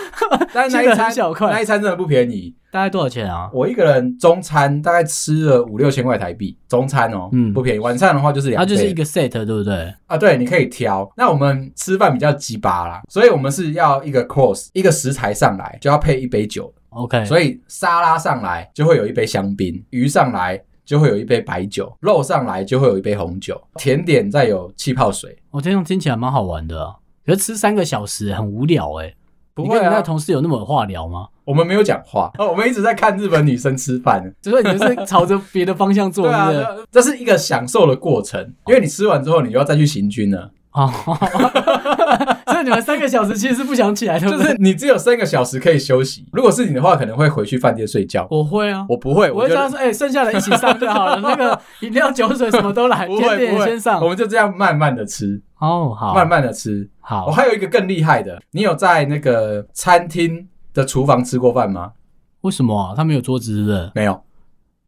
Speaker 1: 但是那一
Speaker 2: 切得很
Speaker 1: 餐
Speaker 2: 小块
Speaker 1: 那一餐真的不便宜。
Speaker 2: 大概多少钱啊？
Speaker 1: 我一个人中餐大概吃了五六千块台币，中餐哦，
Speaker 2: 嗯
Speaker 1: 不便宜。晚餐的话就是两
Speaker 2: 它
Speaker 1: 倍，
Speaker 2: 就是一个 set，对不对？
Speaker 1: 啊，对，你可以挑。那我们吃饭比较鸡巴啦，所以我们是要一个 course，一个食材上来就要配一杯酒，
Speaker 2: OK，
Speaker 1: 所以沙拉上来就会有一杯香槟，鱼上来就会有一杯白酒，肉上来就会有一杯红酒，甜点再有气泡水。
Speaker 2: 我这样听起来蛮好玩的啊，可是吃三个小时很无聊哎。
Speaker 1: 不会
Speaker 2: 你跟你那
Speaker 1: 啊，
Speaker 2: 同事有那么有话聊吗？
Speaker 1: 我们没有讲话， 哦我们一直在看日本女生吃饭。
Speaker 2: 就是你就是朝着别的方向做，
Speaker 1: 对
Speaker 2: 是
Speaker 1: 啊
Speaker 2: 不是？，
Speaker 1: 这是一个享受的过程，因为你吃完之后，你又要再去行军 了。
Speaker 2: 哦， 所以你们三个小时其实是不想起来，对不
Speaker 1: 就
Speaker 2: 对？
Speaker 1: 是你只有三个小时可以休息，如果是你的话，可能会回去饭店睡觉。
Speaker 2: 我会啊，
Speaker 1: 我不会，
Speaker 2: 我
Speaker 1: 我
Speaker 2: 会
Speaker 1: 就
Speaker 2: 这样说，哎，剩下的一起上就好了，那个饮料、酒水什么都 来，
Speaker 1: 不
Speaker 2: 甜
Speaker 1: 会
Speaker 2: 点
Speaker 1: 不
Speaker 2: 也
Speaker 1: 会
Speaker 2: 先上
Speaker 1: 我。们就这样慢慢的吃，
Speaker 2: 哦，好，
Speaker 1: 慢慢的吃。
Speaker 2: 好
Speaker 1: 我，还有一个更厉害的，你有在那个餐厅的厨房吃过饭吗？
Speaker 2: 为什么啊、他没有桌子，是不是？
Speaker 1: 没有，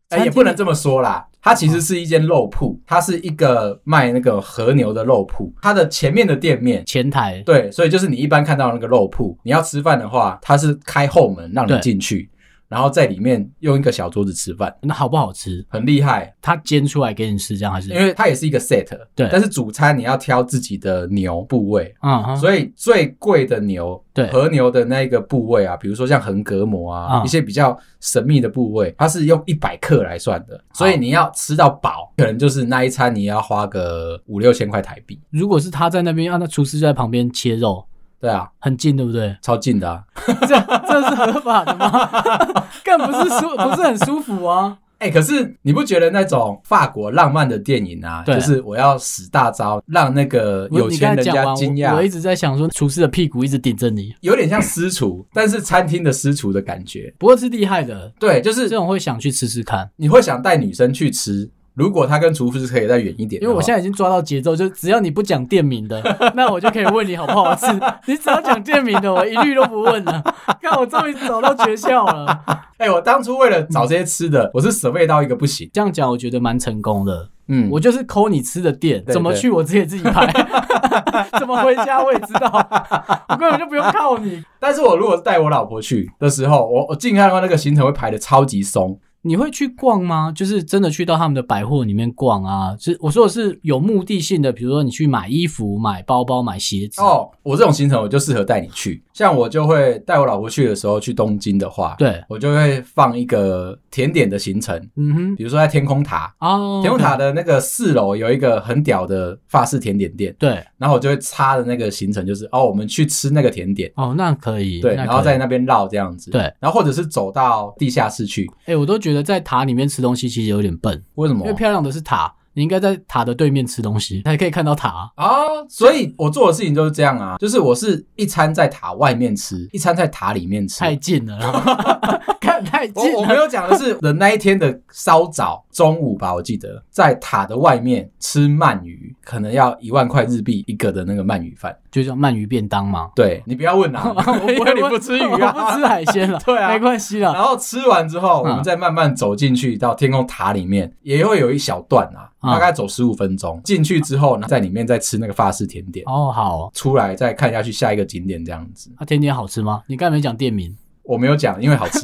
Speaker 2: 餐
Speaker 1: 哎、
Speaker 2: 厅
Speaker 1: 也不能这么说啦。它其实是一间肉铺，它是一个卖那个和牛的肉铺，它的前面的店面。
Speaker 2: 前台
Speaker 1: 对，所以就是你一般看到的那个肉铺，你要吃饭的话，它是开后门让你
Speaker 2: 对
Speaker 1: 进去，然后在里面用一个小桌子吃饭，
Speaker 2: 那好不好吃？
Speaker 1: 很厉害，
Speaker 2: 他煎出来给你吃，这样还是
Speaker 1: 因？为它也是一个 set。
Speaker 2: 对
Speaker 1: 但是主餐你要挑自己的牛部位，
Speaker 2: 嗯哼，
Speaker 1: 所以最贵的牛，
Speaker 2: 对
Speaker 1: 和牛的那个部位啊，比如说像横膈膜啊，
Speaker 2: 嗯
Speaker 1: 一些比较神秘的部位，它是用一百克来算的，所以你要吃到饱，可能就是那一餐你要花个五六千块台币。
Speaker 2: 如果是他在那边，啊，那厨师就在旁边切肉，
Speaker 1: 对啊，？
Speaker 2: 很近，对不对
Speaker 1: 超近的啊！
Speaker 2: 这这是合法的吗？ 更不是舒，不是很舒服啊。
Speaker 1: 哎、可是你不觉得那种法国浪漫的电影啊，
Speaker 2: 对啊
Speaker 1: 就是我要使大招让那个
Speaker 2: 我
Speaker 1: 有
Speaker 2: 你
Speaker 1: 钱
Speaker 2: 刚才
Speaker 1: 人
Speaker 2: 讲
Speaker 1: 家
Speaker 2: 完，
Speaker 1: 惊
Speaker 2: 我我一
Speaker 1: 讶，
Speaker 2: 直在想说，厨师的屁股一直顶着你，
Speaker 1: 有点像私厨，但是餐厅的私厨的感觉。
Speaker 2: 不过是厉害的，
Speaker 1: 对，就
Speaker 2: 这
Speaker 1: 是
Speaker 2: 种会想去吃吃看。
Speaker 1: 你会想带女生去吃，如果他跟厨师可以再远一点的话，
Speaker 2: 因为我现在已经抓到节奏，就只要你不讲店名 的，那我就可以问你好不好吃。你只要讲店名的，我一律都不问 了。看，我终于找到诀窍了。
Speaker 1: 哎、我当初为了
Speaker 2: 嗯
Speaker 1: 找这些吃的，我是舍备到一个不行。
Speaker 2: 这样讲，我觉得蛮成功的。
Speaker 1: 嗯，
Speaker 2: 我就是抠你吃的店，
Speaker 1: 对
Speaker 2: 怎么去我自己自己排， 怎么回家我也知道，我根本就不用靠你。
Speaker 1: 但是我如果带我老婆去的时候，我我尽量让那个行程会排的超级松。
Speaker 2: 你会去逛吗？就是真的去到他们的百货里面逛啊？是我说的是有目的性的，比如说你去买衣服、买包包、买鞋子。，
Speaker 1: 哦，我这种行程我就适合带你去。像我就会带我老婆去的时候，去东京的话，，
Speaker 2: 对，
Speaker 1: 我就会放一个甜点的行程，
Speaker 2: 嗯哼，
Speaker 1: 比如说在天空塔，
Speaker 2: 哦，
Speaker 1: 天空塔的那个四楼有一个很屌的法式甜点店，
Speaker 2: 对，
Speaker 1: 然后我就会插的那个行程就是哦，我们去吃那个甜点。
Speaker 2: 哦，那可以，
Speaker 1: 对，
Speaker 2: 那
Speaker 1: 然后
Speaker 2: 可以
Speaker 1: 在那边绕这样子，
Speaker 2: 对
Speaker 1: 然后或者是走到地下室去，
Speaker 2: 哎、我都觉得在塔里面吃东西其实有点笨，
Speaker 1: 为什么
Speaker 2: 因为？漂亮的是塔，你应该在塔的对面吃东西，才可以看到塔。
Speaker 1: 啊，所以我做的事情就是这样啊，就是我是一餐在塔外面吃，一餐在塔里面吃。
Speaker 2: 太近 了啦，看太近
Speaker 1: 我我没
Speaker 2: 了。
Speaker 1: 有讲的是， 的那一天的稍早中午吧，我记得在塔的外面吃鳗鱼，可能要一万块日币一个的那个鳗鱼饭。
Speaker 2: 就叫鳗鱼便当 嘛。
Speaker 1: 对你不要问 啊，因为你不吃鱼
Speaker 2: 我不
Speaker 1: 啊。
Speaker 2: 吃海鲜了，
Speaker 1: 对啊
Speaker 2: 没关系
Speaker 1: 然
Speaker 2: 啦。
Speaker 1: 后吃完之
Speaker 2: 嗯
Speaker 1: 后，我们再慢慢走进去到天空塔里面，也会有一小段啊，
Speaker 2: 嗯
Speaker 1: 大概走十五分钟。进去之后，呢，在里面再吃那个法式甜点，
Speaker 2: 哦，好哦，
Speaker 1: 出来再看下去下一个景点这样子。
Speaker 2: 那、甜点好吃吗？你刚才没讲店名，
Speaker 1: 我没有讲，因为 好吃。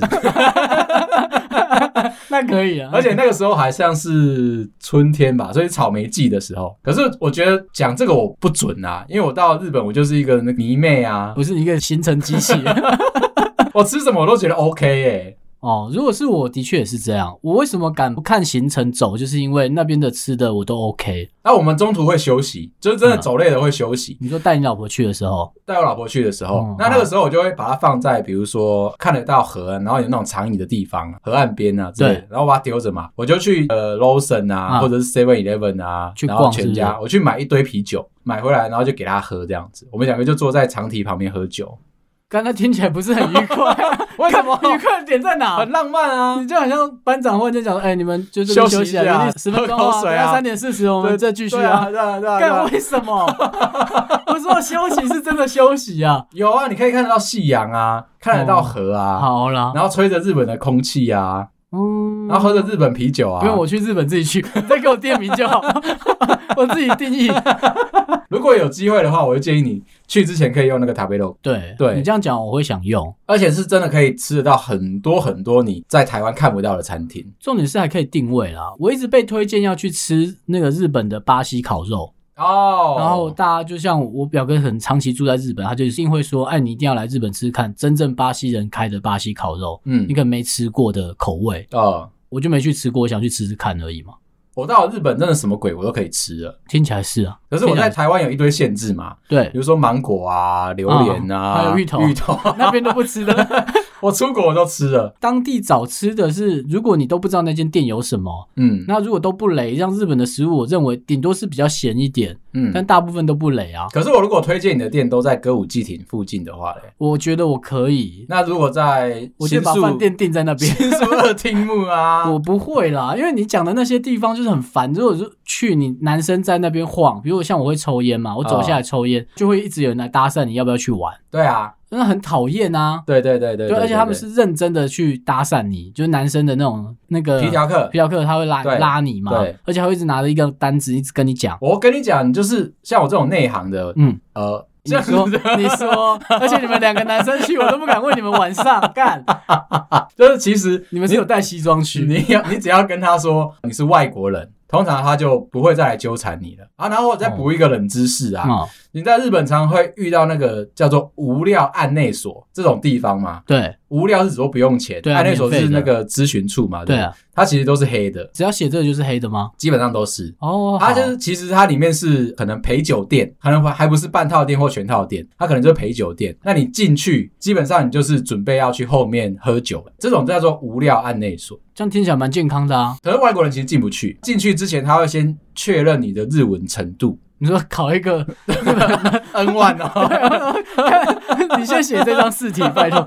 Speaker 2: 那可以啊。
Speaker 1: 而且那个时候还像是春天吧，所以草莓季的时候。可是我觉得讲这个我不准啊，因为我到日本我就是一个那个迷妹 啊，
Speaker 2: 不是一个行 程机器
Speaker 1: 我吃什么我都觉得 OK 哎、
Speaker 2: 哦。如果是我的确也是这样，我为什么敢不看行程走，就是因为那边的吃的我都 OK。
Speaker 1: 那我们中途会休息，就是真的
Speaker 2: 嗯
Speaker 1: 走累了会休息。
Speaker 2: 你说带你老婆去的时候，
Speaker 1: 带我老婆去的时候
Speaker 2: 嗯，
Speaker 1: 那那个时候我就会把它放在比如说看得到河，然后有那种长椅的地方，河岸边啊之类的
Speaker 2: 对，
Speaker 1: 然后把它丢着嘛，我就去呃 l o s o n 啊，
Speaker 2: 啊
Speaker 1: 或者是 Seven Eleven 啊，
Speaker 2: 去
Speaker 1: 然后
Speaker 2: 逛是
Speaker 1: 全
Speaker 2: 不是
Speaker 1: 家，我去买一堆啤酒，买回来然后就给他喝这样子，我们两个就坐在长堤旁边喝酒。
Speaker 2: 刚才听起来不是很愉 快，
Speaker 1: 为什么
Speaker 2: 看 愉快的点在哪
Speaker 1: 很？浪漫啊
Speaker 2: 你！就好像班长忽然间 讲，哎、你们就这
Speaker 1: 休
Speaker 2: 边
Speaker 1: 息
Speaker 2: 休
Speaker 1: 一下
Speaker 2: 息十分钟
Speaker 1: 喝
Speaker 2: 啊，
Speaker 1: 口水
Speaker 2: 等
Speaker 1: 啊
Speaker 2: 下三点四十我们再继续
Speaker 1: 对
Speaker 2: 啊。
Speaker 1: 啊，对啊，对啊，对
Speaker 2: 干
Speaker 1: 啊
Speaker 2: 为 什么？我说休息是真的休息啊。
Speaker 1: 有啊，你可以看得到夕阳啊，看得到河啊，
Speaker 2: 好啦，
Speaker 1: 然后吹着日本的空气啊，
Speaker 2: 嗯，
Speaker 1: 然后喝着日本啤酒啊。
Speaker 2: 不用我去日本自己去， 你再给我店名就好， 我自己定义。
Speaker 1: 如果有机会的话，我就建议你去之前可以用那个塔贝肉，
Speaker 2: 对，
Speaker 1: 对
Speaker 2: 你这样讲我会想用。
Speaker 1: 而且是真的可以吃得到很多很多你在台湾看不到的餐厅
Speaker 2: 重点是还可以定位啦。我一直被推荐要去吃那个日本的巴西烤肉，
Speaker 1: 哦
Speaker 2: 然后大家就像我表哥很长期住在日本，他就一定会说：“哎，你一定要来日本吃吃看真正巴西人开的巴西烤肉，
Speaker 1: 嗯
Speaker 2: 你可能没吃过的口味。
Speaker 1: 呃，”
Speaker 2: 我就没去吃过，我想去吃吃看而已嘛。
Speaker 1: 我到了日本真的什么鬼我都可以吃了，
Speaker 2: 听起来是啊，
Speaker 1: 可是我在台湾有一堆限制嘛，
Speaker 2: 对
Speaker 1: 比，如说芒果啊、榴莲啊，
Speaker 2: 哦还有芋头
Speaker 1: 芋头，
Speaker 2: 那边都不吃的。
Speaker 1: 我出国我都吃了，
Speaker 2: 当地找吃的是，如果你都不知道那间店有什么，
Speaker 1: 嗯
Speaker 2: 那如果都不雷，像日本的食物，我认为顶多是比较咸一点，
Speaker 1: 嗯，
Speaker 2: 但大部分都不雷啊。
Speaker 1: 可是我如果推荐你的店都在歌舞伎町附近的话嘞，
Speaker 2: 我觉得我可以，
Speaker 1: 那如果在
Speaker 2: 我就
Speaker 1: 新
Speaker 2: 把
Speaker 1: 宿
Speaker 2: 饭店定在那 边。
Speaker 1: 新宿二丁目啊，
Speaker 2: 我不会啦，因为你讲的那些地方就是很烦。如果是去你男生在那边晃，比如像我会抽烟嘛，我
Speaker 1: 啊
Speaker 2: 走下来抽烟，就会一直有人来搭讪你要不要去玩，
Speaker 1: 对啊，
Speaker 2: 那很讨厌啊。
Speaker 1: 对对对对
Speaker 2: 对，而且他们是认真的去搭讪你，就是男生的那种那个
Speaker 1: 皮条客
Speaker 2: 皮。条客，他会拉
Speaker 1: 对
Speaker 2: 拉你嘛
Speaker 1: 对，
Speaker 2: 而且还会一直拿着一个单子一直跟你讲，
Speaker 1: 我跟你讲，就是像我这种内行的，
Speaker 2: 嗯，
Speaker 1: 呃，
Speaker 2: 你
Speaker 1: 这样
Speaker 2: 说
Speaker 1: 子
Speaker 2: 你 说，而且你们两个男生去，我都不敢问你们晚上干，
Speaker 1: 就是其实
Speaker 2: 你们是有带西装去，
Speaker 1: 你要你只要跟他说你是外国人，通常他就不会再来纠缠你了啊。然后我再补一个冷知识啊，
Speaker 2: 哦，
Speaker 1: 你在日本常会遇到那个叫做无料案内所这种地方嘛，
Speaker 2: 对
Speaker 1: 无料是指说不用钱，
Speaker 2: 对啊
Speaker 1: 案内所
Speaker 2: 免
Speaker 1: 是
Speaker 2: 费的
Speaker 1: 那个咨询处嘛，
Speaker 2: 对
Speaker 1: 不
Speaker 2: 啊，
Speaker 1: 它其实都是黑的，
Speaker 2: 只要写这个就是黑的吗？
Speaker 1: 基本上都是。
Speaker 2: 哦，
Speaker 1: 它就
Speaker 2: 好
Speaker 1: 是，其实它里面是可能陪酒店，可能还不是半套店或全套店，它可能就是陪酒店。那你进去，基本上你就是准备要去后面喝酒了，这种叫做无料案内所。
Speaker 2: 这样听起来蛮健康的啊。
Speaker 1: 可是外国人其实进不去，进去之前他会先确认你的日文程 度
Speaker 2: 你说考一个，
Speaker 1: N one 哦。
Speaker 2: 你先写这 张试题，拜托，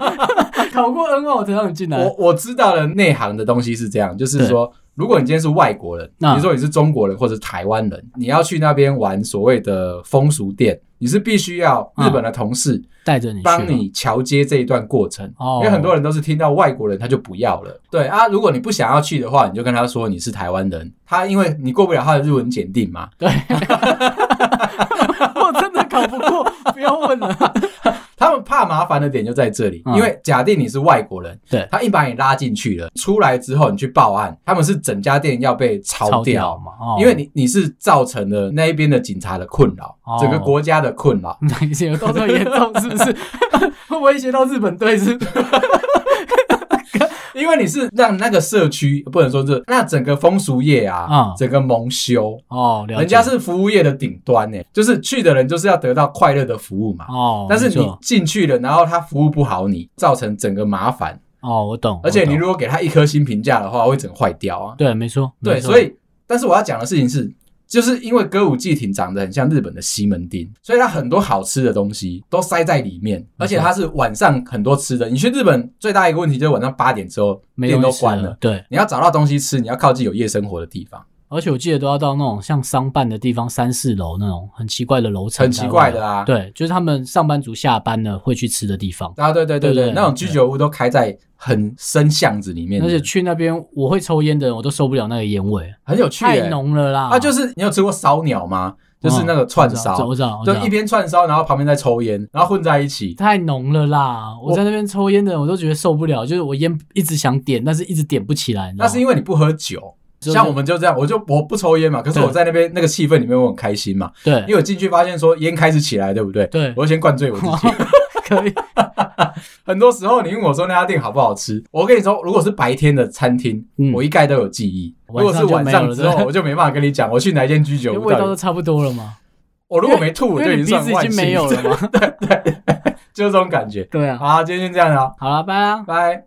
Speaker 2: 考过 N 万我才让你进来。
Speaker 1: 我我知道了内行的东西是这样，就是说如果你今天是外国人，比
Speaker 2: 嗯
Speaker 1: 如说你是中国人或者台湾人，你要去那边玩所谓的风俗店，你是必须要日本的同事
Speaker 2: 带着你去
Speaker 1: 帮
Speaker 2: 吗，
Speaker 1: 你桥接这一段过程。
Speaker 2: 哦
Speaker 1: 因为很多人都是听到外国人他就不要了，对啊，如果你不想要去的话，你就跟他说你是台湾人，他因为你过不了他的日文检定嘛，
Speaker 2: 对， 我真的搞不过，不要问了。
Speaker 1: 他们怕麻烦的点就在这里，
Speaker 2: 嗯
Speaker 1: 因为假定你是外国人，
Speaker 2: 对
Speaker 1: 他硬把你拉进去了，出来之后你去报案，他们是整家店要被抄掉，
Speaker 2: 超屌嘛，哦
Speaker 1: 因为你你是造成了那一边的警察的困扰，
Speaker 2: 哦
Speaker 1: 整个国家的困扰。
Speaker 2: 你有到这么严重，是不 是？会威胁到日本队是？
Speaker 1: 因为你是让那个社区不能说这那整个风俗业啊，
Speaker 2: 嗯
Speaker 1: 整个蒙羞，
Speaker 2: 哦，了解
Speaker 1: 人家是服务业的顶端呢、就是去的人就是要得到快乐的服务嘛。
Speaker 2: 哦，
Speaker 1: 但是
Speaker 2: 没
Speaker 1: 你
Speaker 2: 错
Speaker 1: 进去了，然后他服务不好你，造成整个麻烦，
Speaker 2: 哦，我懂，
Speaker 1: 而且你
Speaker 2: 我懂
Speaker 1: 如果给他一颗星评价的话，会整个坏掉啊。
Speaker 2: 对，没错，
Speaker 1: 对，
Speaker 2: 没错
Speaker 1: 所以，但是我要讲的事情是，就是因为歌舞伎町长得很像日本的西门町，所以它很多好吃的东西都塞在里面，而且它是晚上很多吃的。你去日本最大一个问题就是晚上八点之后
Speaker 2: 没
Speaker 1: 店
Speaker 2: 东
Speaker 1: 都
Speaker 2: 西吃
Speaker 1: 关
Speaker 2: 了
Speaker 1: 了，，
Speaker 2: 对，
Speaker 1: 你要找到东西吃，你要靠近有夜生活的地方，
Speaker 2: 而且我记得都要到那种像商办的地方，三四楼那种很奇怪的楼层，
Speaker 1: 很奇怪的。啊。
Speaker 2: 对，就是他们上班族下班了会去吃的地方，
Speaker 1: 啊，对对对
Speaker 2: 对
Speaker 1: 对，
Speaker 2: 对
Speaker 1: 那种居酒屋都开在很深巷子里面的，
Speaker 2: 而且去那边我会抽烟的人，我都受不了那个烟味，
Speaker 1: 很有趣、欸。
Speaker 2: 太浓了啦。
Speaker 1: 啊，就是你有吃过烧鸟吗？就是那个
Speaker 2: 我
Speaker 1: 串
Speaker 2: 知道
Speaker 1: 烧，
Speaker 2: 我知道，我知
Speaker 1: 就
Speaker 2: 道
Speaker 1: 一边串烧，然后旁边在抽烟，然后混在一起。
Speaker 2: 太浓了啦！我
Speaker 1: 我
Speaker 2: 在那边抽烟的，我都觉得受不了，就是我烟一直想点，但是一直点不起来。你知
Speaker 1: 那
Speaker 2: 道吗
Speaker 1: 是因为你不喝酒。
Speaker 2: 嗯就是
Speaker 1: 像我们就这样，我就我不抽烟嘛，可是
Speaker 2: 对
Speaker 1: 我在那边那个气氛里面我很开心嘛，因
Speaker 2: 对
Speaker 1: 为我进去发现说烟开始起来，对不对？
Speaker 2: 对
Speaker 1: 我就先灌醉我自己。
Speaker 2: 可以
Speaker 1: 很多时候你问我说那家店好不好吃，我跟你说，如果是白天的餐厅，
Speaker 2: 嗯
Speaker 1: 我一概都有记忆；如
Speaker 2: 晚
Speaker 1: 果
Speaker 2: 上
Speaker 1: 是晚上
Speaker 2: 就没有了
Speaker 1: 之
Speaker 2: 对不
Speaker 1: 后，
Speaker 2: 对
Speaker 1: 我就没办法跟你讲我去哪一间居酒
Speaker 2: 因为
Speaker 1: 屋
Speaker 2: 味
Speaker 1: 到
Speaker 2: 道都
Speaker 1: 底。
Speaker 2: 差不多了嘛，
Speaker 1: 我如果没吐，
Speaker 2: 因
Speaker 1: 我就
Speaker 2: 为
Speaker 1: 已
Speaker 2: 你
Speaker 1: 经
Speaker 2: 鼻
Speaker 1: 算
Speaker 2: 子已
Speaker 1: 万
Speaker 2: 经
Speaker 1: 幸
Speaker 2: 没有了，嘛。
Speaker 1: 就是这种感觉。
Speaker 2: 对啊，
Speaker 1: 好，今天先这样了，
Speaker 2: 好了，拜啦。
Speaker 1: 拜。